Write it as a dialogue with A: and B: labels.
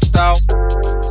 A: canal.